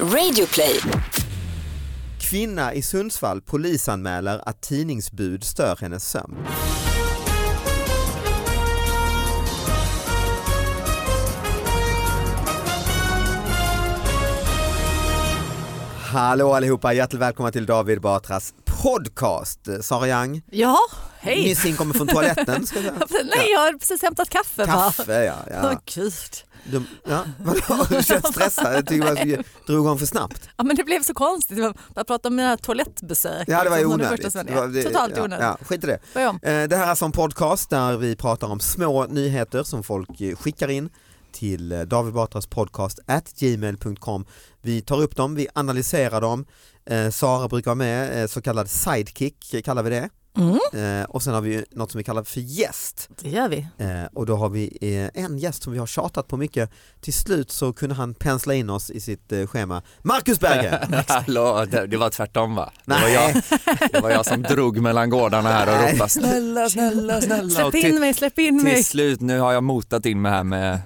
Radioplay. Kvinna i Sundsvall polisanmäler att tidningsbud stör hennes sömn. Hallå allihopa, hjärtligt välkomna till David Batras podcast. Sara Young, Ja, hej! nyss inkommen från toaletten. Ska jag säga. Nej, jag har precis hämtat kaffe. bara. Kaffe ja. Åh, ja. gud. Du, ja. Vadå, du känns stressad? Jag tycker bara jag drog igång för snabbt. Ja, men det blev så konstigt. Jag bara pratade om mina toalettbesök. Ja det var ju liksom, under onödigt. första Det var- svängen. det- Totalt ja, onödigt. Ja, skit i det. Börja om. Eh, Det här är alltså en podcast där vi pratar om små nyheter som folk eh, skickar in till eh, David Batras podcast at gmail.com. Vi tar upp dem, vi analyserar dem. Eh, Sara brukar vara med, eh, så kallad sidekick eh, kallar vi det. Mm, Eh, Och sen har vi ju något som vi kallar för gäst. det gör vi. Eh, Och då har vi eh, en gäst som vi har tjatat på mycket. Till slut så kunde han pensla in oss i sitt eh, schema. Marcus Berggren! Hallå, det, det var tvärtom va? Det var, Nej. jag, det var jag som drog mellan gårdarna här och Nej. ropade snälla, snälla, snälla. Och Släpp in till, mig, släpp in mig. till slut, nu har jag motat in mig här med,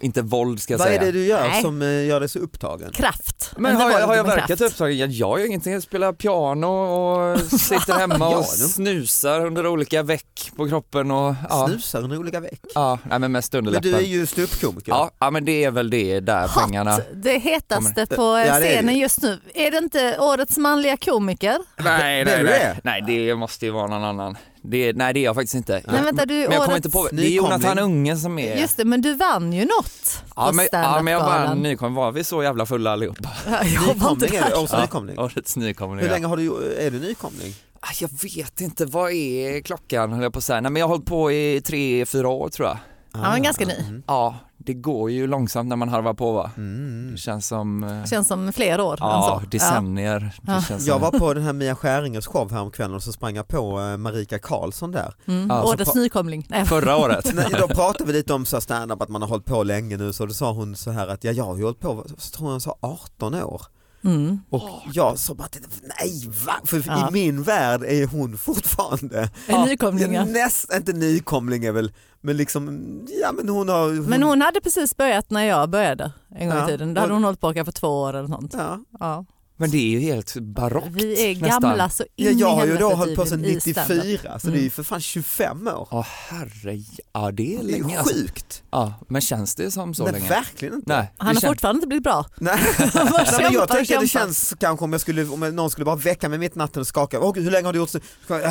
inte våld ska jag Vad är säga. det du gör Nej. som eh, gör dig så upptagen? Kraft. Men det har var jag, har jag lite med verkat kraft. upptagen? Jag gör ju ingenting, jag spelar piano och sitter hemma och Ja, du- snusar under olika veck på kroppen och ja, Snusar under olika veck. ja nej, men mest under Men du är läppen. ju ståuppkomiker. Ja, ja men det är väl det där pengarna. Hot, det hetaste på Ja, det är det ju. scenen just nu. Är det inte årets manliga komiker? Nej, Det är nej, du nej. det. nej, det måste ju vara någon annan. Det, nej det är jag faktiskt inte. Nej, vänta, du är Men jag kommer årets... inte på, det är Nykomling. Jonathan Unge som är... Just det, men du vann ju något Ja på men, ja men jag var standup-galan. nykomling, var vi så jävla fulla allihopa? Jag var inte Nykomling är där. du, årets Ja. nykomling. Årets nykomling Hur ja. länge har du, är du nykomling? Ah, Jag vet inte, vad är klockan höll jag på att säga, nej men jag har hållit på i tre, fyra år tror jag. Ja, men ganska ny. Mm. Ja, det går ju långsamt när man harvar på va? Mm. Det känns som, eh, Känns som flera år. än ja så. decennier. Ja. Det känns Jag som, var på den här Mia Skäringers show häromkvällen och så sprang jag på eh, Marika Karlsson där. Ja. Mm. Alltså, Ja, så årets på- nykomling. Nej, förra året. Nej, då pratade vi lite om så här stand-up att man har hållit på länge nu så då sa hon så här att ja, jag har ju hållit på, så tror jag hon sa 18 år. Mm. Och jag sa bara nej va? För Ja. i min värld är hon fortfarande En nykomling ja. näst, inte nykomling är väl, men liksom, ja men hon har... Men hon hade precis börjat när jag började en gång Ja. i tiden. Då hade hon hållit på kanske två år eller sånt. Ja. Ja. Men det är ju helt barockt Vi är nästan. gamla så in Ja, jag har ju i då helvete hållit på i- sedan i standard. 94 så det är ju Mm. för fan 25 år. Ja herre, ja det är Det länge är alltså. sjukt. Ja, men känns det som så Nej, länge? verkligen inte. Nej, det Han har känns- fortfarande inte blivit bra. Nej. Han bara Nej, men kämpar jag och tänker att det kämpar. känns kanske om, jag skulle, om någon skulle bara väcka mig mitt i natten och skaka. Åh, gud, hur länge har du gjort? så?" Ska jag-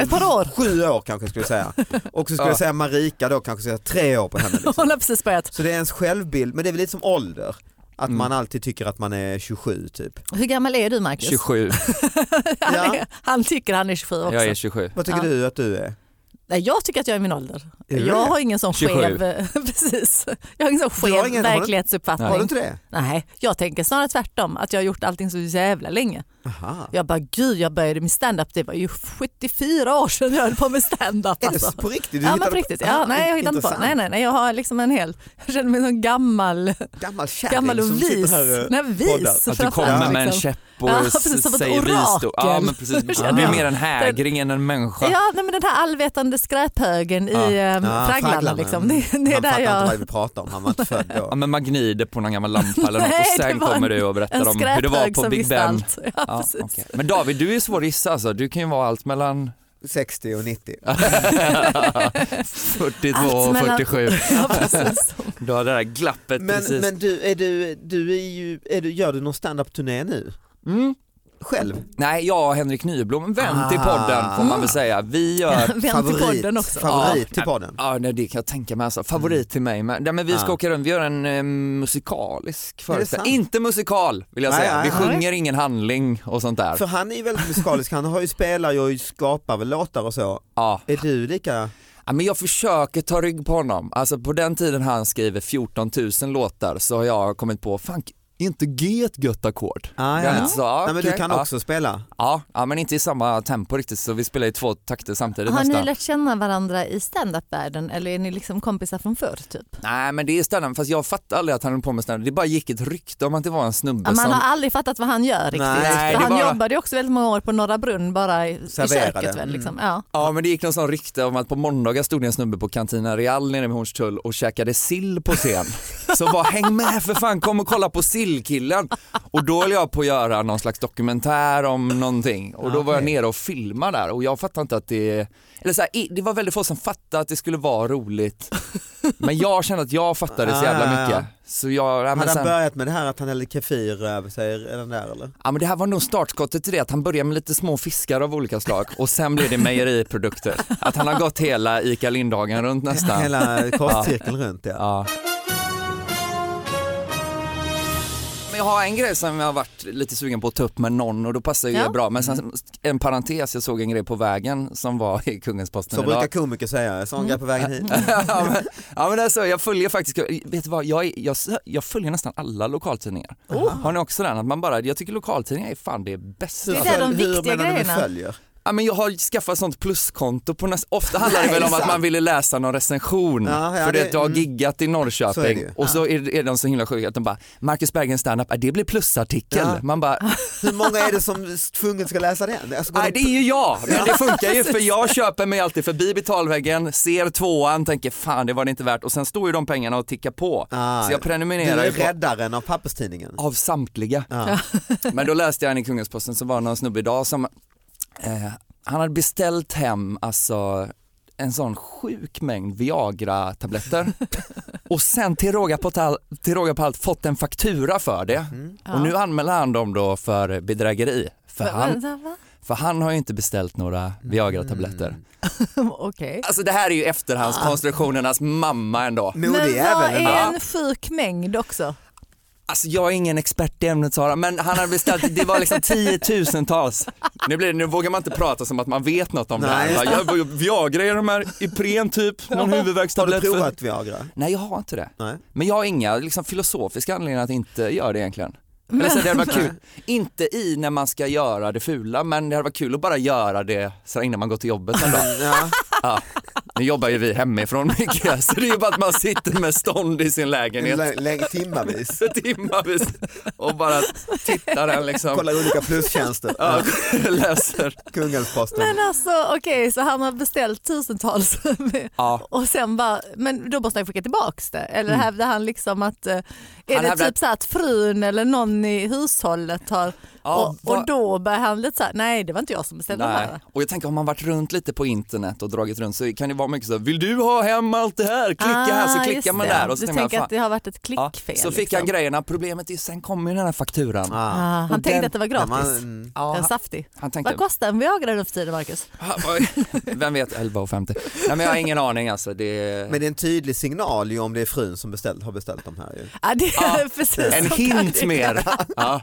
äh, Ett par år. Sju år kanske jag skulle säga. Och så skulle Ja. jag säga Marika då kanske säga tre år på henne. Liksom. Hon har precis börjat. Så det är ens självbild, men det är väl lite som ålder. Att Mm. man alltid tycker att man är 27 typ. Hur gammal är du Marcus? 27, Han, är, Ja. han tycker han är 27 också. jag är 27. Vad tycker Ja. du att du är? Nej, jag tycker att jag är min ålder. Är du jag det? har ingen sån 27. skev, precis. Jag har ingen sån Du har skev ingen- har du- verklighetsuppfattning. Har du inte det? Nej, jag tänker snarare tvärtom. Att jag har gjort allting så jävla länge. Aha. Jag bara gud jag började med stand-up. det var ju 74 år sedan jag höll på med stand-up. Är det Alltså. så på riktigt? Du Ja men hittade på på- riktigt, Aha, ja, nej jag hittar inte på. intressant. Nej, nej, nej, jag har liksom en hel, jag känner mig som en gammal, Gammal kärring gammal som och vis. sitter här. eh, nej, poddar. vis Att du kommer framförallt, med en liksom. käpp och Ja, s- precis, som ett säger visdom. Ja, orakel. men precis. Du Känner är jag. mer en hägring än en människa. Ja, nej, men den här allvetande skräphögen i Ja. ehm, Ja, Fragglarna. Fragglarna. Liksom. Det, det är Han där fattar inte jag... vad vi pratar om, han var inte född då. Ja, men man gnider på någon gammal lampa eller något Nej, och det sen var en- kommer du och berättar En om hur det var skräphög på som Big visste Ben. allt. Ja, Ja, precis. okej. Men David, du är svår att gissa alltså. Du kan ju vara allt mellan 60 och 90. 42 Allt och mellan- 47. Ja, precis. Du har det där glappet Men, precis. men du, är du, du är ju, är du, gör du någon standup-turné nu? Mm. Själv? Nej, jag och Henrik Nyblom, en vän till Ah. podden får man väl säga. Vi gör Vänd till podden också. Favorit Ja. till podden? Ja, nej, det kan jag tänka mig. Alltså. Favorit till mig. Men, nej, men vi ska Ja. åka runt, vi gör en eh, musikalisk föreställning. sant? Inte musikal vill jag Nej, säga. nej, vi nej. sjunger ingen handling och sånt där. För han är ju väldigt musikalisk, han har ju, spelar ju och skapar väl låtar och så. Ja. Är du lika? ja, men jag försöker ta rygg på honom. Alltså på den tiden han skriver 14 000 låtar så har jag kommit på, fan är inte G ett gött ackord? Ah, Jag är lite så, ja, Nej, men du okej, kan ja. också spela? Ja, ja, men inte i samma tempo riktigt så vi spelar i två takter samtidigt Har ni nästan. lärt känna varandra i stand-up-världen eller är ni liksom kompisar från förr? Typ? Nej men det är stand-up, fast jag fattade aldrig att han höll på med stand-up. Det bara gick ett rykte om att det var en snubbe Man som har aldrig fattat vad han gör riktigt. Nej, för det han bara- jobbade ju också väldigt många år på Norra Brunn bara i, i Serverade. köket. Väl, Mm. liksom. ja. Ja men det gick någon sån rykte om att på måndagar stod det en snubbe på Cantina Real nere vid Hornstull och käkade sill på scen. Så bara häng med för fan, kom och kolla på sill. Killkillen. Och då höll jag på att göra någon slags dokumentär om någonting och då var jag Okej. nere och filmade där och jag fattade inte att det, eller så här, i- det var väldigt få som fattade att det skulle vara roligt. Men jag kände att jag fattade så Ah, ja, jävla ja. mycket. Så jag, ja, men Hade han sen, börjat med det här att han hällde Kefir över sig eller där eller? ja, men det här var nog startskottet till det, att han började med lite små fiskar av olika slag och sen blev det mejeriprodukter. Att han har gått hela ICA Lindhagen runt nästan. Hela kostcirkeln runt ja. Ja. Men jag har en grej som jag har varit lite sugen på att ta upp med någon och då passar ju Ja. det bra. Men sen en parentes, jag såg en grej på vägen som var i Kungälvsposten Så idag. brukar komiker säga, Mm. sån grej på vägen hit. ja, men, ja men det är så, jag följer faktiskt, vet du vad, jag, är- jag, jag följer nästan alla lokaltidningar. Har ni också den? Att man bara, jag tycker lokaltidningar är fan det bästa. Det är där de Alltså, Hur viktiga menar du med grejerna. följer? Ja, men jag har skaffat sånt pluskonto på nästan, ofta handlar det väl om att man ville läsa någon recension. Ja, ja, för det, det- att jag har mm. giggat i Så är det Norrköping ju. och så är, är de så himla sjuka att de bara, Marcus Bergens standup, ja, det blir plusartikel. Ja. Man bara, Hur många är det som tvunget ska läsa den? Alltså, går nej de- det är ju jag, men det funkar ju för jag köper mig alltid förbi betalväggen, ser tvåan, tänker fan det var det inte värt och sen står ju de pengarna och tickar på. Ah, så jag du prenumererar är ju på, räddaren av papperstidningen. av samtliga. Ja. Men då läste jag en i Kungälvsposten så var det någon snubbe idag som, eh, han hade beställt hem alltså en sån sjuk mängd Viagra-tabletter och sen till råga, på tal, till råga på allt fått en faktura för det. Och nu anmäler han dem då för bedrägeri. För han, Va? för han har ju inte beställt några Viagra-tabletter. Okej. Alltså det här är ju efterhandskonstruktionernas mamma ändå. Men vad Modig även. va? är en sjuk mängd också? Alltså jag är ingen expert i ämnet Sara, men han hade beställt, det var liksom tiotusentals. Nu, blir det, nu vågar man inte prata som att man vet något om det Nej, här. Bara, Jag, jag, Viagra är de här Ipren typ, någon Har du huvudvärkstablett. för- provat Viagra? Nej jag har inte det. Nej. Men jag har inga liksom, filosofiska anledningar att inte göra det egentligen. Eller så här, det hade varit kul, inte i när man ska göra det fula, men det hade varit kul att bara göra det så här, innan man går till jobbet en dag. Ja. Ja. Nu jobbar ju vi hemifrån mycket, så det är ju bara att man sitter med stånd i sin lägenhet Lä- lä- Timmarvis. timmarvis och bara tittar den liksom. Kollar olika plustjänster. Ja, Ja. läser. Kungälvsposten. Men alltså okej, så han har beställt tusentals Ja. och sen bara, men då måste han skicka tillbaks det. Eller hävdar han liksom att, eh, är Mm. Han det hävdar- typ så här att frun eller någon i hushållet har, Ja, och, vad- och då börjar han lite så här, nej det var inte jag som beställde det Nej. här. Och jag tänker om man varit runt lite på internet och dragit runt så kan det vara mycket så här, vill du ha hem allt det här? Klicka här så Ah, klickar just man det. där och så du tänker man tänker fan. att det har varit ett Ja, klickfel. så fick han liksom. grejerna, problemet är sen kommer ju den här fakturan. ah, Ah. Han Och tänkte den- att det var Ja, gratis. man- mm. Ja, Den han, saftig. han tänkte, Vad kostar en Viagra nu för tiden Marcus? "Ha, vad- vem vet 11,50. Nej men jag har ingen aning alltså. Det... Men det är en tydlig signal ju om det är frun som beställt, har beställt de här ju. Ja, det är Ja, precis En sånt hint där. mer. Ja.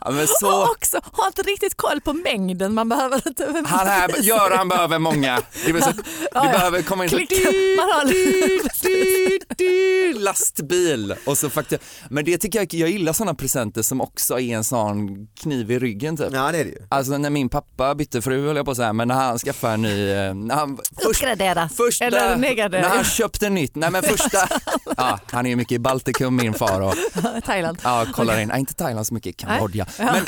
Ja, men så... Och också, har inte riktigt koll på mängden man behöver. Inte Han här, Göran behöver många. Det vill säga, Ja, du ja. behöver komma in så Klick. Man har- lastbil och så faktiskt, men det tycker jag, jag gillar sådana presenter som också är en sån kniv i ryggen typ. Ja det är det ju. Alltså när min pappa bytte fru höll jag på att säga, men när han skaffade en ny, eh, när han, först, Uppgradera första, eller när han negradera. köpte nytt, nej men första, ja, han är ju mycket i Baltikum min far och Thailand. Ja, kollar in. Nej, inte Thailand så mycket, Kambodja. Men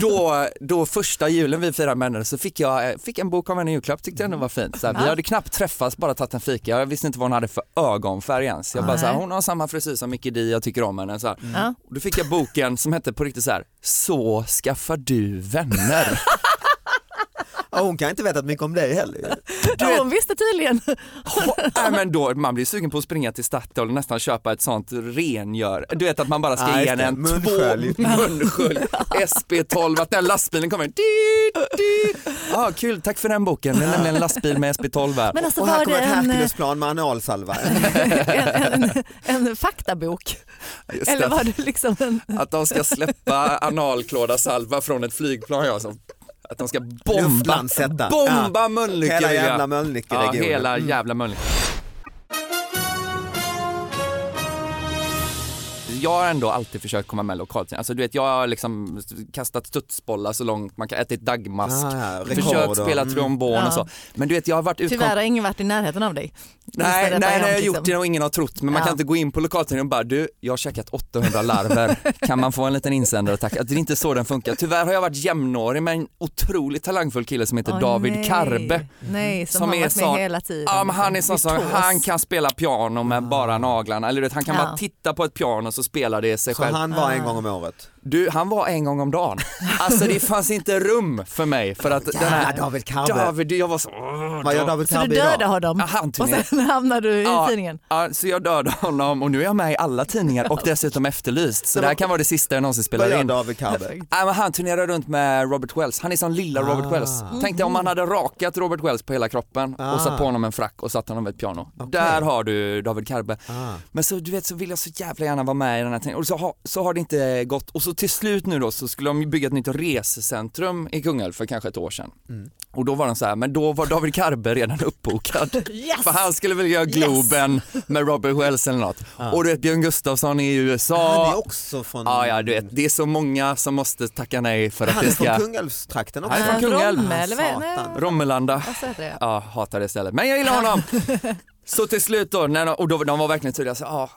då, då första julen vi firade med henne så fick jag eh, fick en bok av henne i julklapp, tyckte jag ändå var fint. Så här, vi hade knappt träffats, bara tagit en fika. Jag visste inte vad hon hade för ögonfärg ens. Jag bara så här, hon har samma frisyr som Mickey Di, jag tycker om henne. Så här. Ja. Och då fick jag boken som hette på riktigt så här, Så skaffar du vänner. Ja, hon kan inte veta mycket om dig heller ju. Ja, Hon visste tydligen. Ho- Nej, men då, man blir sugen på att springa till Statoil och nästan köpa ett sånt rengör. Du vet att man bara ska Ja, just ge den det. en Munskölj. två munskölj, SP12, att den lastbilen kommer. Du, du. Ah, kul, tack för den boken. Det är nämligen en lastbil med SP12 här. Men alltså Och här var det kommer ett en, Herculesplan med analsalva. en, en, en faktabok? Just det, Eller var det liksom en... Att de ska släppa analklådasalva från ett flygplan. Ja, som, att de ska bomba, Luftlandsätta. bomba Mölnlycke. Hela vill jag. jävla Ja, Mölnlycke-regionen. Ah, hela jävla Mölnlycke. Jag har ändå alltid försökt komma med lokalt. Alltså, du vet, jag har liksom kastat studsbollar så långt man kan, ätit dagmask, Ah, ja, rekord försökt och- spela mm. trombon Ja. och så. Men du vet, jag har varit utkom- Tyvärr har ingen varit i närheten av dig. Nej, nej, Just det, nej, detta jag har är gjort liksom- det och ingen har trott. Men man Ja. kan inte gå in på lokaltidningen och bara du, jag har käkat 800 larver. kan man få en liten insändare tack? Det är inte så den funkar. Tyvärr har jag varit jämnårig med en otroligt talangfull kille som heter Åh, David nej. Karbe. Nej, som, Som har är varit med sån- hela tiden. Ja, men han är sån liksom. Virtuos. som, han kan spela piano med bara naglarna. Eller du vet, han kan Ja. bara titta på ett piano så spelade sig Så själv. han var en Ah. gång om året. Du, han var en gång om dagen. Alltså det fanns inte rum för mig för att den Jävla här David Karbe. David, jag var så... Vad gör David Så du Karbe idag? dödade honom Ja, han och turnerade. sen hamnade du i Ja. tidningen. Ja, så jag dödade honom och nu är jag med i alla tidningar och dessutom efterlyst. Så det här kan vara det sista jag någonsin Vad spelar gör in. David Karbe? Perfekt. Nej, men han turnerar runt med Robert Wells, han är som lilla Robert Ah. Wells. Tänk dig om man hade rakat Robert Wells på hela kroppen Ah. och satt på honom en frack och satt honom vid ett piano. Okej. Där har du David Karbe. Ah. Men så du vet så vill jag så jävla gärna vara med i den här tävlingen och så har, så har det inte gått och så till slut nu då så skulle de ju bygga ett nytt resecentrum i Kungälv för kanske ett år sedan. Mm. Och då var de så här, men då var David Karbe redan uppbokad. Yes! För han skulle väl göra Globen med Robert Wells eller något. Och du vet Björn Gustafsson är i USA. Han Ah. är också från, Mm. Ja, ja, du vet, det är så många som måste tacka nej för att han är det från ska... Kungälvstrakten också. Han är från Eh, Kungälv. Romme eller vad? Nej, Satan. Romelanda. vad heter det? Ja, hatar det stället. Men jag gillar honom! Så till slut då, när de, och då, de var verkligen tydliga, så, ja,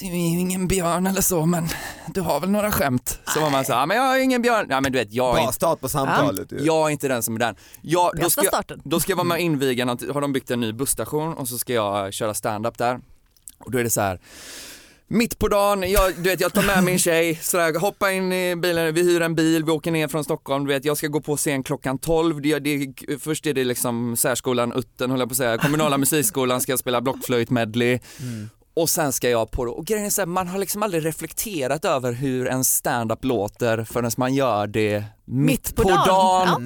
du är ju ingen björn eller så men du har väl några skämt? Så var man så, ja men jag är ingen björn, ja men du vet jag är Bra inte, start på samtalet ju. jag är inte den som är den. Jag, då, Bästa ska, starten. då ska jag vara med och inviga, något- har de byggt en ny busstation och så ska jag eh, köra stand-up där. Och då är det så här. Mitt på dagen, jag, du vet jag tar med min tjej, så där, hoppar in i bilen, vi hyr en bil, vi åker ner från Stockholm, du vet jag ska gå på scen klockan 12, det, det, först är det liksom särskolan Utten höll jag på att säga, kommunala musikskolan ska jag spela blockflöjt medley och sen ska jag på och grejen är så här, man har liksom aldrig reflekterat över hur en stand-up låter förrän man gör det mitt, på, på dagen,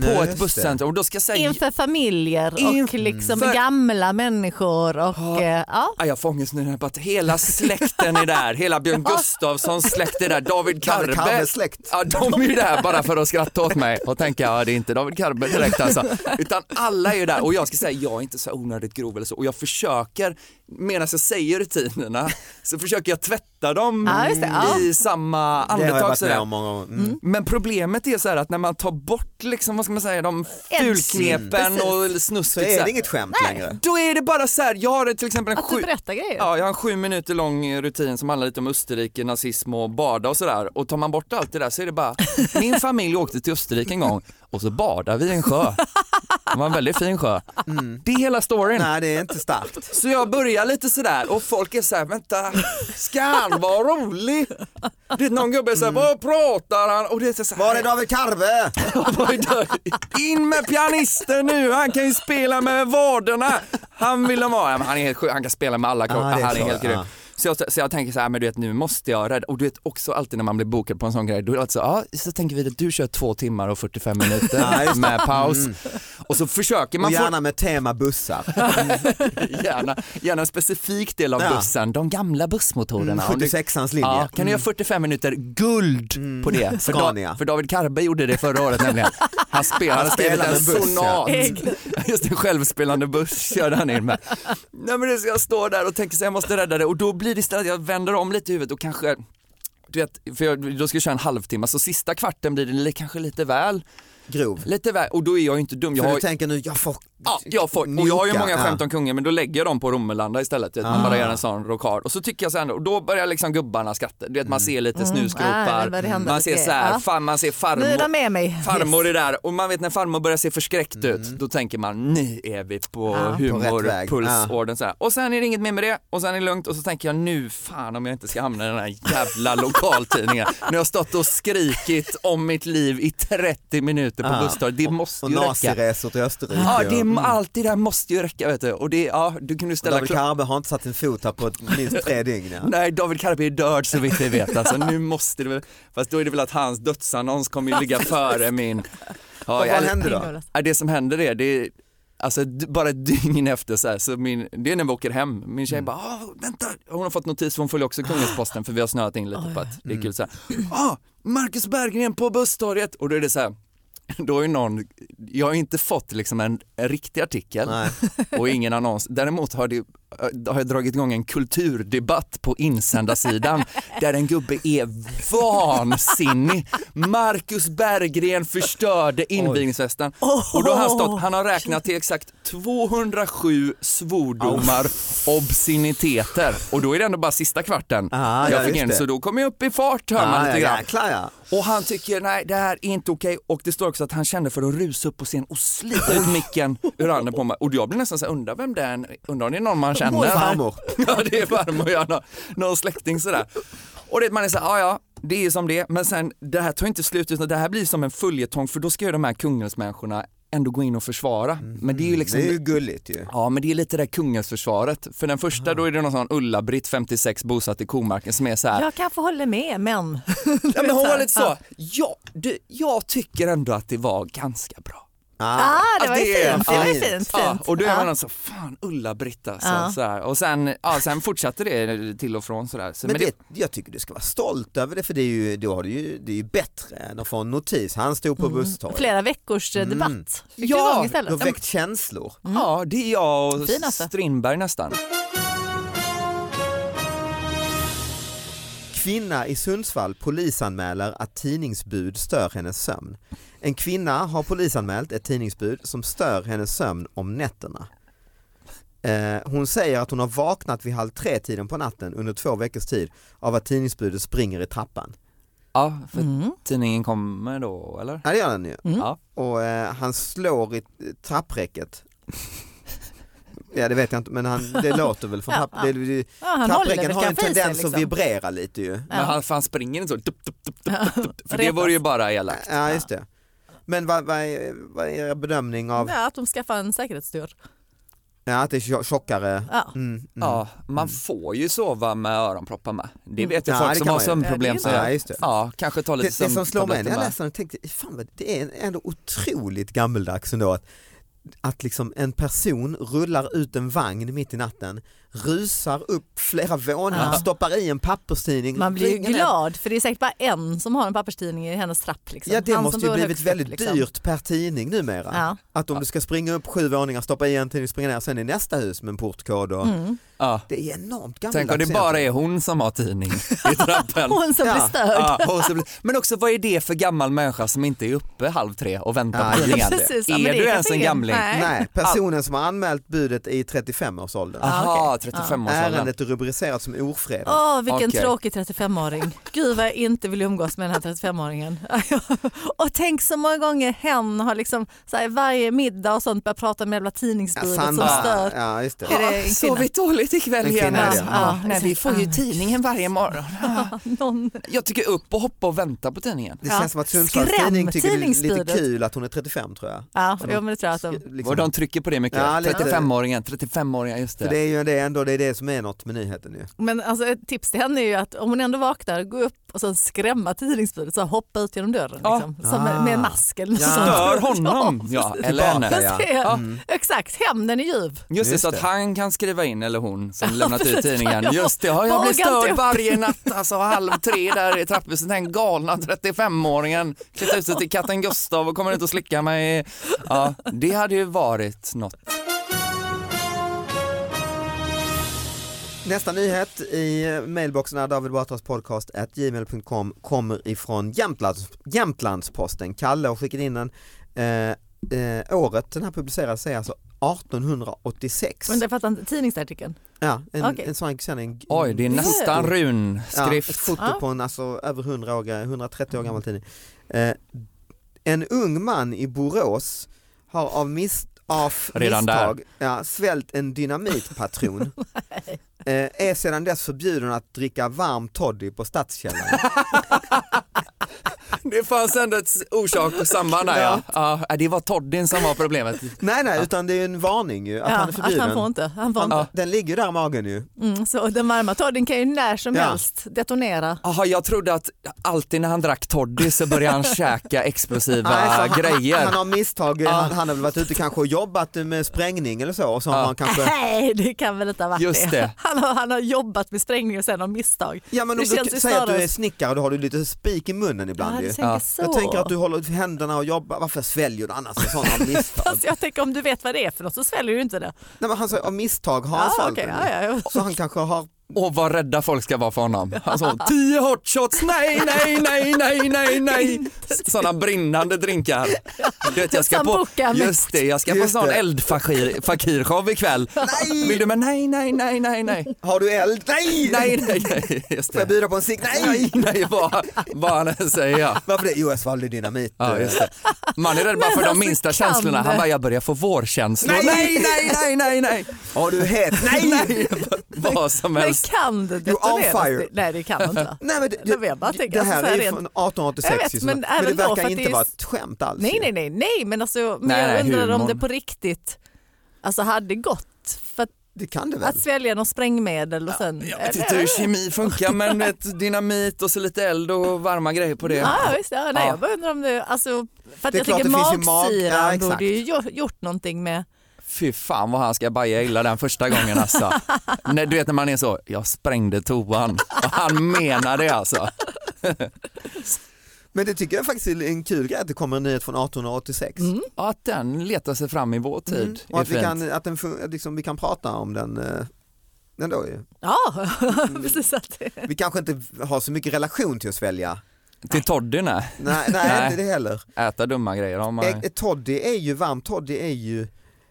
dagen. Ja. på Just ett det. busscentrum och då ska jag säga Inför familjer och Inför- liksom Mm. gamla människor och eh, ja. Ah, jag får ångest nu när jag bara, hela släkten är där, hela Björn Gustafssons släkt är där, David David Karbe. Karbes släkt. Ja, de är ju där bara för att skratta åt mig och tänka, ja det är inte David Karbe direkt alltså. Utan alla är ju där och jag ska säga, jag är inte så onödigt grov eller så och jag försöker, medan jag säger rutinerna, så försöker jag tvätta dem Ja, just det, ja. i samma Det har jag andetag. varit med sådär. om många gånger. Mm. Men problemet är så här att när man tar bort liksom, vad ska man säga, de Edgen. fulknepen och Så snusket så är här, det inget skämt längre. då är det bara så här, jag har till exempel en Att du sju, berättar grejer. Ja, jag har en sju minuter lång eh, rutin som handlar lite om Österrike, nazism och bada och sådär. Och tar man bort allt det där så är det bara, min familj åkte till Österrike en gång och så badade vi i en sjö. Det var en väldigt fin sjö. Det är hela storyn. Mm. Nej det är inte starkt. Så jag börjar lite sådär och folk är såhär, vänta, ska han vara rolig? Det är någon gubbe såhär, vad pratar han? Och det är såhär, Mm. Var är David Karbe? Oj, då. In med pianisten nu, han kan ju spela med vaderna. Han vill de ha. Ja, men Han är helt sjuk, han kan spela med alla kroppar. Ja, det är han är så, helt grym. ja. Så jag, så jag tänker så här, men du vet nu måste jag rädda, och du vet också alltid när man blir bokad på en sån grej, då är det alltså, ja, så tänker vi att du kör två timmar och 45 Ja, minuter just Mm. med paus. Och så försöker man Och få, gärna med tema bussar. gärna, gärna en specifik del av Ja. Mm, bussen, de gamla bussmotorerna. Och du- 76ans linje. Ja, kan du göra 45 minuter guld på det? För, Mm. Scania. för David Karbe gjorde det förra året nämligen. Han spelade, han skrev spelade en en buss, ja. sonat. Just en självspelande buss körde han in med. Nej men det ska jag stå där och tänka så jag måste rädda det och då blir det istället att jag vänder om lite i huvudet och kanske du vet, för jag, då ska jag köra en halvtimme, så sista kvarten blir det li- kanske lite väl, Grov. lite väl, och då är jag ju inte dum. Jag För har, du tänker nu, jag får... Ja, jag får, och jag har ju Mjuka, många ja. skämt om kungen men då lägger jag dem på Romelanda istället. Du vet, man Ah. bara gör en sån rockard. Och så tycker jag så här ändå, och då börjar liksom gubbarna skratta. Du vet man ser lite Mm. Ah, det snusgropar, börjar hända man ser lite så här, grejer. fan, man ser Nu är farmor. de med mig. Farmor är där och man vet när farmor börjar se förskräckt ut då tänker man nu är vi på Ja. På Mm. rätt humor, väg. pulsorden så här. Och sen är det inget mer med det och sen är det lugnt och så tänker jag nu fan om jag inte ska hamna i den här jävla lokaltidningen. Nu har jag stått och skrikit om mitt liv i 30 minuter på Ja. busstorget. Det måste Och ju räcka. naziresor till Österrike. Ja, det är och- allt det där måste ju räcka vet du. Och det, ja, du kunde ju ställa Mm. David klo- Karbe har inte satt sin fot här på ett- minst tre dygn. Ja. Nej, David Karpe är död så vitt vi vet. Alltså, nu måste det väl, fast då är det väl att hans dödsannons kommer ju ligga före min. Ja, Och jag- vad händer då? Ingalös. Ja, det som händer är, det är Alltså d- bara ett dygn efter så här, så min, det är när vi åker hem, min Mm. tjej bara "Ah, vänta, hon har fått notis, för hon följer Ah. också Kungälvsposten för vi har snöat in lite på att det Mm. är kul så här. ah, Marcus Berggren på busstorget och då är det så här, då är ju någon, jag har ju inte fått liksom en, en riktig artikel Nej. och ingen annons. Däremot har, det, eh, har jag dragit igång en kulturdebatt på insändarsidan där en gubbe är vansinnig Marcus Berggren förstörde invigningsfesten. Och då har han stått, han har räknat till exakt 207 svordomar, obsceniteter. Och då är det ändå bara sista kvarten Ah, ja, jag fick just in, det. så då kom jag upp i fart hör man Ah, ja, lite grann. jäklar ja. Och han tycker nej det här är inte okej och det står också att han kände för att rusa upp på scen och slita ut micken ur handen på mig. Och jag blev nästan så här, undrar vem det är, undrar om det är någon man känner? Mor och farmor. ja det är farmor, ja, någon, någon släkting sådär. Och det, man är såhär, ja ja det är som det är. men sen det här tar inte slut utan det här blir som en följetong för då ska ju de här kungens-människorna ändå gå in och försvara. Men det är ju liksom Mm, Det är ju gulligt ju. Ja men det är lite det där kungasförsvaret. För den första då är det någon sån Ulla-Britt 56 bosatt i Komarken som är så här. Jag kanske håller med men... Ja, men hon var lite så. Ja. Ja, du, jag tycker ändå att det var ganska bra. Ah, Ah. det var ju det är fint. Det var ju fint. fint. Ja, fint. och då är man Ja. alltså, fan Ulla-Britt alltså. Ja. Så här. Och sen, ja, sen fortsatte det till och från sådär. Så, Men det, jag tycker du ska vara stolt över det för det är ju, då har du ju, det är ju bättre än att få en notis. Han stod på busstorget. Flera veckors Mm. eh, debatt Mm. fick Ja, du igång Du har istället. väckt känslor. ja, det är jag och Fin Mm. alltså. Strindberg nästan. Kvinna i Sundsvall polisanmäler att tidningsbud stör hennes sömn. En kvinna har polisanmält ett tidningsbud som stör hennes sömn om nätterna. Eh, Hon säger att hon har vaknat vid halv tre-tiden på natten under två veckors tid av att tidningsbudet springer i trappan. Ja, för Mm. tidningen kommer då eller? Ja det gör den ju. Ja. Och eh, han slår i trappräcket. Ja det vet jag inte men han, det låter väl från Ja, trapp... Det, det, Ja, han håller trappräcken väl har en kanske i sig, tendens liksom. att vibrera lite ju. Men han, för han springer inte så, dup, dup, dup, dup, dup, dup, för det Retas. vore ju bara elakt. Ja just det. Men vad, vad, är, vad är er bedömning av Ja, att de skaffar en säkerhetsdörr. Ja, att det är tjo- tjockare. Ja. Mm, mm. Ja, man får ju sova med öronproppar med. Det vet jag Ja, folk det som kan har man ju. sömnproblem. Mm. Ja, så det är Ja, just det. ja, kanske ta Det, lite det som slår mig när sömntabletter jag med. läste den och tänkte, fan vad, det är ändå otroligt gammeldags ändå att, att liksom en person rullar ut en vagn mitt i natten, rusar upp flera våningar, Ja. stoppar i en papperstidning. Man blir ju ringer ner. glad för det är säkert bara en som har en papperstidning i hennes trapp. Liksom. Ja det Han som måste ju bor blivit högst upp, väldigt liksom. dyrt per tidning numera. Ja. Att om du ska springa upp sju våningar, stoppa i en tidning, springa ner sen i nästa hus med en portkod. Och, Mm. Ja. Det är enormt gammaldags. Tänk om det bara är hon som har tidning i trappen. Hon som Ja. blir störd. Ja, och så blir- men också vad är det för gammal människa som inte är uppe halv tre och väntar Ja, på tidningen? precis. Ja, men Är det är du ens kanske en ingen- gamling? nej. Nej, personen som har anmält budet är i 35-årsåldern. Jaha, 35-årsåldern. Ärendet är rubricerat som ofredande. Åh, vilken Okej. tråkig 35-åring. Gud vad jag inte vill umgås med den här 35-åringen. och tänk så många gånger hen har liksom så här, varje middag och sånt börjat prata med jävla tidningsbudet som stör. ja just det. Är det en kvinna? Sovit Ah, dåligt ikväll En kvinna igen. är det, alltså. ja. Ja, nej, vi exakt. får ju tidningen varje morgon. Någon, Jag tycker upp och hoppa och vänta på tidningen. Det Ja. känns som att Sundsvalls tidning tycker det är lite Skrämtidningsbudet. kul att hon är 35 tror jag. ja, jo, men det tror jag att de... Liksom. Och de trycker på det mycket. Ja, lite. 35-åringen, 35-åringen, just För det. det är ju det ändå, det är det som är något med nyheten ju. Men alltså, ett tips till henne är ju att om hon ändå vaknar, gå upp och sen skrämma tidningsbudet, så här, hoppa ut genom dörren. Ja. Liksom, som med, med en mask eller något Ah. Ja. sånt. Stör honom, ja, eller Tillbaka. henne. Ja. Mm. Det- Exakt, hämnden är ljuv. Just det, Just så att det. han kan skriva in, eller hon som lämnat ut precis. tidningen. Ja, Just det, ja, jag blir vågar inte störd upp. varje natt, alltså halv tre där i trapphuset. Den galna 35-åringen klätt ut sig till katten Gustav och kommer ut och slickar mig. Ja, det hade ju varit något. Nästa nyhet i mailboxen är David Batras podcast at gmail.com kommer ifrån Jämtlands, Jämtlandsposten. Kalle har skickat in den. Eh, eh, året den här publicerades är alltså 1886. Men det fattar inte tidningsartikeln. Ja, en, Okej. en sån, sen en, Oj, det är nästan Mm. Ja, ett runskrift. foto Ja. på en alltså, över 100 år, ga- 130 år gammal tidning. Eh, en ung man i Borås har av, mis av Redan där. misstag ja, svält en dynamitpatron. Eh, är sedan dess förbjuden att dricka varm toddy på Stadskällaren. Det fanns ändå ett orsak och samband där ja. ja. äh, Det var Toddyn som var problemet. nej nej, utan det är ju en varning ju, att Ja, han är förbjuden. Att han får inte. Han får Han- inte. Den ligger ju där i magen ju. Typ Mm, så den varma todden kan ju när som Ja. helst detonera. Jaha, jag trodde att alltid när han drack Toddy så började han käka explosiva Nej, så han, grejer. han har misstag, han, han har väl varit ute kanske och jobbat med sprängning eller så och så har Ja. han kanske Nej, det kan väl inte ha varit Just det. Han, har, han har jobbat med sprängningar sen av misstag. Ja men Det om du känns ju säger att du snarare- är snickare då har du lite spik i munnen ibland Ja, ju. du tänker Ja. så. Jag tänker att du håller händerna och jobbar, varför sväljer du annars en sån av misstag? Fast jag tänker om du vet vad det är för något så sväljer du inte det. Nej men han säger av misstag har han Ja, svalt okej, den. ja, ja, ja. Så han kanske har Och vad rädda folk ska vara för honom. Alltså, tio hot shots, nej, nej, nej, nej, nej, nej. Sådana brinnande drinkar. Du vet, jag ska på, Sambuca med- just det, jag ska på en Just sån det. eldfakir- fakirshow ikväll. Nej! Vill du med nej, nej, nej, nej, nej, Har du eld? Nej! nej, nej, nej, just Får jag det. bjuda på en cigg? Nej! Nej, nej, vad, vad han än säger ja. Varför det? Jo, jag svalde dynamit. eh. Ja, just det. Man är rädd bara för Men de alltså, minsta kan känslorna. Han det? bara, jag börjar få vårkänslor. Nej! Nej, nej, nej, nej, nej. Har du het? Nej! nej. Vad som Men helst. kan det You're on detoneras? fire. Det- Nej det kan man inte. Nej, men det, Jag vet bara, tänk, det alltså, här så här är ju rent- från Jag 1886 vet, ju, så- men men det även då, för verkar att inte det är vara ju- ett skämt alls. Nej, ju. nej, nej, nej, men alltså men Nej, nej, jag undrar om humorn. det på riktigt alltså hade gått för att, Det kan det väl? att svälja något sprängmedel och sen... Jag vet inte hur kemi funkar men ett dynamit och så lite eld och varma grejer på det. Ja, visst, ja, nej, Ja. jag bara undrar om det, alltså, för att Det är jag klart tycker det finns ju mag- magsyran ja, exakt. borde ju gjort, gjort någonting med, Fy fan vad han ska baja illa den första gången alltså. när, du vet när man är så, jag sprängde toan. Och han menar det alltså. Men det tycker jag faktiskt är en kul grej att det kommer en nyhet från 1886. Ja, att den letar sig fram i vår tid. Mm. Och är att, vi fint. kan, att den, fun- liksom, vi kan prata om den eh, ändå ju. ja Mm. precis att det, Vi kanske inte har så mycket relation till att svälja. Till Toddy nej. Nej, nej, Nej. inte det heller. Äta dumma grejer har man. Eh, Toddy är ju varm, Toddy är ju,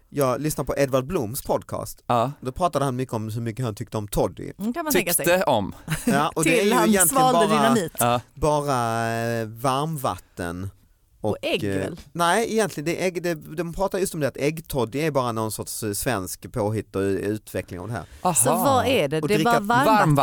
jag lyssnar på Edvard Bloms podcast. Ja. Då pratade han mycket om hur mycket han tyckte om Toddy. mm, kan man tänka sig. Tyckte om. Ja, och det är Till ju han egentligen svalde bara, dynamit. Ja. bara eh, varmvatten. Och ägg, eh, väl? Nej, egentligen, det är ägg, det, de pratar just om det att äggtoddy är bara någon sorts eh, svensk påhitt och utveckling av det här. Aha. Så vad är det? Och Det är bara dricka varmvatten?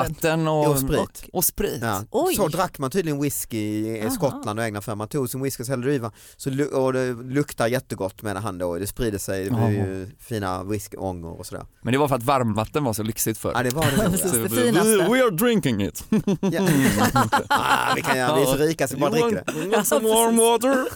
Varmvatten och, Alltså, Och sprit. Och, och sprit. Ja. Oj. Så drack man tydligen whisky i Aha. Skottland och egna för man tog sin whisky och så hällde i va- så lu- och det luktar jättegott menar han då, det sprider sig, det blir ju fina whiskyångor och sådär. Men det var för att varmvatten var så lyxigt förr. Ja det var det. nog, Precis. ja. Så det vi- finaste. We are drinking it. Ja. ah, vi kan göra, vi är så rika så vi bara dricker det. some warm water?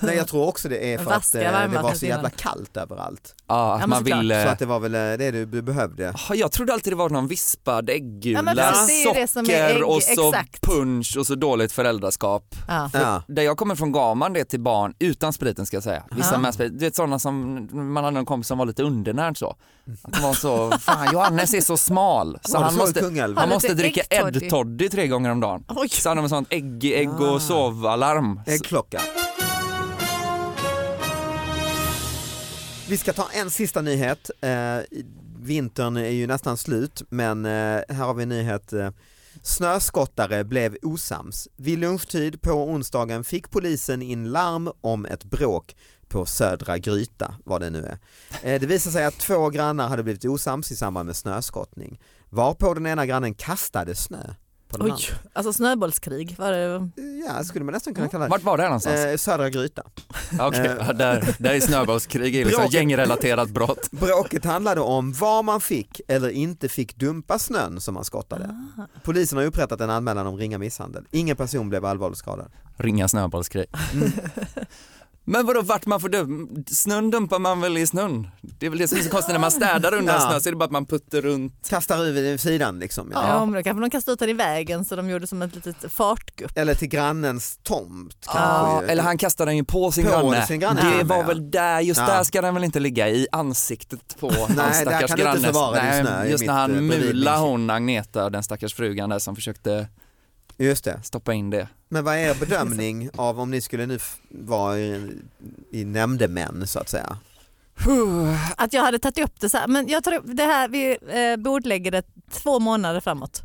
Nej jag tror också det är för att Vaska eh, det var varmvatten så jävla innan. kallt överallt. Ja, att men man såklart. ville... Så att det var väl eh, det du du behövde. Ah, Jag trodde alltid det var någon vispad äggula, Ja, men precis, det är ju det som är socker ägg, och så exakt. punch och så dåligt föräldraskap. Ja. Ja. Där jag kommer från gav man det till barn utan spriten ska jag säga. Vissa Ja. med sprit, du vet sådana som, man hade en kompis som var lite undernärd så. Att han var så, fan Johannes är så smal så Var det han så i måste, Kungälv? han lite måste dricka äggtoddy. Ed-toddy tre gånger om dagen. Oj. Så han har med sånt ägg, ägg Ah. och sovalarm. En klocka. Vi ska ta en sista nyhet. Eh, vintern är ju nästan slut men eh, här har vi en nyhet. Eh, snöskottare blev osams. Vid lunchtid på onsdagen fick polisen in larm om ett bråk på Södra Gryta, vad det nu är. Eh, det visade sig att två grannar hade blivit osams i samband med snöskottning. Varpå den ena grannen kastade snö på den Oj, andra. alltså snöbollskrig var det. Ja, skulle man nästan kunna kalla Vart var det här någonstans? det. Eh, Södra Gryta. Ja, Okej, Eh. ja, där, där är snöbollskrig, det är liksom Bråket. gängrelaterat brott. Bråket handlade om var man fick eller inte fick dumpa snön som man skottade. Ah. Polisen har upprättat en anmälan om ringa misshandel. Ingen person blev allvarligt skadad. Ringa snöbollskrig. Mm. Men vadå vart man får dum- snön dumpar man väl i snön? Det är väl det som är så konstigt när man städar undan Ja. snö så är det bara att man putter runt. Kastar över sidan liksom. Ja, Ja. men då kanske de kastade ut den i vägen så de gjorde som ett litet fartgupp. Eller till grannens tomt Ah. kanske. Ja, ju. eller han kastar den ju på sin På granne. sin granne. Det Ja, var ja. väl där, just Ja. där ska den väl inte ligga i ansiktet på hans där stackars kan du inte granne. förvara din Nej, snö i just när mitt, eh, han bredvid mulade min- hon Agneta, den stackars frugan där som försökte Just det. stoppa in det. Men vad är er bedömning av om ni skulle nu f- vara i, i nämndemän så att säga? Att jag hade tagit upp det så här, men jag tar upp det här, vi eh, bordlägger det två månader framåt.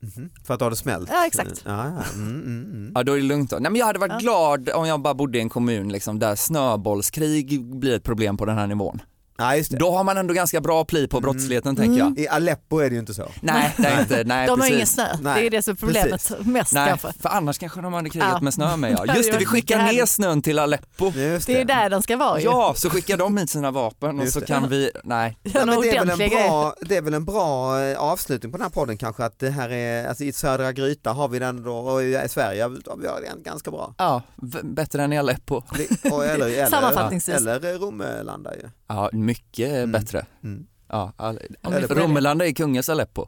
Mhm. För att ha det smällt? Ja, exakt. Ja, ja. Mm, mm, mm. Ja då är det lugnt då. Nej men jag hade varit Ja. glad om jag bara bodde i en kommun liksom, där snöbollskrig blir ett problem på den här nivån. ja just det. Då har man ändå ganska bra pli Mm. på brottsligheten tänker jag. I Aleppo är det ju inte så. Nej, det är inte, nej Mm. de har ju ingen precis. snö, Nej, det är det som är problemet mest Nej, kanske. för annars kanske de hade krigat Ja. med snö med ja. Ja, Just det det, vi var skickar ner jävligt. snön till Aleppo. Just Det är ju där den ska vara ju. Ja, så skickar de hit sina vapen och Just så det. kan vi, nej. Ja, Gör men några det, är väl ordentliga en grejer. bra, det är väl en bra eh, avslutning på den här podden kanske att det här är, alltså i Södra Gryta har vi den då och i Sverige har vi den ganska bra. Ja, v- bättre än i Aleppo. Det- Och, eller, eller, Sammanfattningsvis. eller Romelanda ju. Ja, mycket bättre. Mm. Ja, all... Om vi får Romelanda är kungens Aleppo.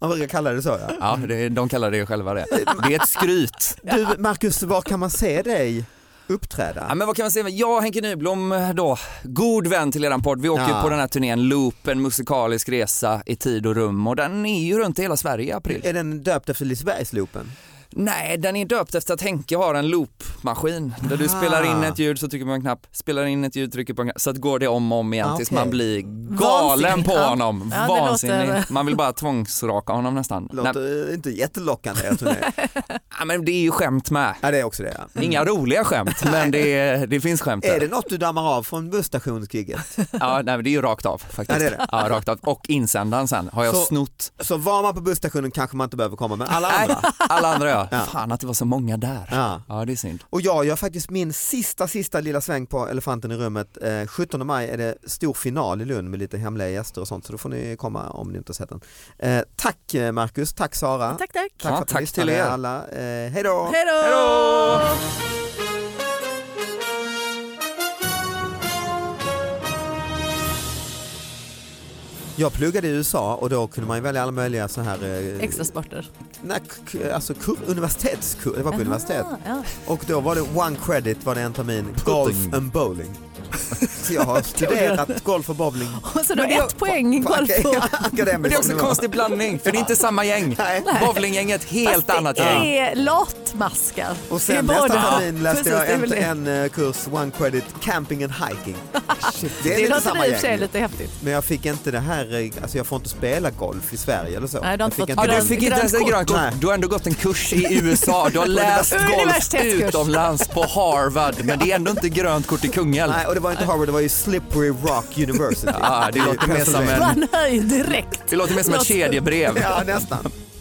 Man brukar kalla det så ja. Ja, det, de kallar det själva det. Det är ett skryt. Du Marcus, var kan man se dig uppträda. Ja, men vad kan man säga? Jag och Henke Nyblom eh, då, god vän till eran podd. Vi åker Ja. ju på den här turnén Loop, en musikalisk resa i tid och rum och den är ju runt i hela Sverige i april. Är den döpt efter Lisebergsloopen? Nej, den är döpt efter att Henke har en loopmaskin där Ah. du spelar in ett ljud så trycker man på en knapp, spelar in ett ljud, trycker på en knapp, så att går det om och om igen Ah, tills okej. man blir galen Vansinnig. på Ja. honom. Ja, det Vansinnig. låter- Man vill bara tvångsraka honom nästan. Nej, Låter inte jättelockande. Jag tror det. ja, men det är ju skämt med. ja, det är också det. Ja. Mm. Inga roliga skämt, men det, är- det finns skämt Är där. det något du dammar av från busstationsgiget? Ja, nej, men det är ju rakt av Ja, faktiskt. det är det. Ja, rakt av. Och insändaren sen har jag Så- snott. Så var man på busstationen kanske man inte behöver komma men alla Nej, andra. alla andra ja. Ja. Fan att det var så många där. Ja, Ja. det är synd. Och jag gör faktiskt min sista, sista lilla sväng på elefanten i rummet. Eh, 17 maj är det stor final i Lund med lite hemliga gäster och sånt så då får ni komma om ni inte har sett den. Eh, tack eh, Marcus, tack Sara. Tack, tack. Tack Ja, för att ni tack lyssnade till er. alla. Eh, hej då! Hej då! Jag pluggade i USA och då kunde man ju välja alla möjliga så här eh, Extra sporter. nej, k- k- alltså kur, universitetskurs, det var på universitet. Aha, ja. Och då var det one credit var det en termin, golf and bowling. Så jag har studerat golf och bowling. Och så det då var- ett poäng i golf. och- Men det är också en konstig blandning, för det är inte samma gäng. Nej. Bowlinggänget, helt annat det gäng. är latmaskar. Och Det är sen båda. nästa termin läste Precis, jag det är väl en, det. en eh, kurs, one credit, camping and hiking. Shit, det är Det lite låter samma i och för sig gäng. lite häftigt. Men jag fick inte det här, eh, alltså jag får inte spela golf i Sverige eller så. Nej, du har inte jag fick fått Ja, inte du grön- fick inte ens ett grönt grönt kort. Nej. Du har ändå gått en kurs i USA. Du har läst golf Universitetskurs. utomlands på Harvard, men det är ändå inte grönt kort i Kungälv. Nej, och det var inte Harvard, det var ju Slippery Rock University. Ja, det låter mer som en- Man höj direkt. Det låter mer som ett Låter- kedjebrev. Ja, nästan.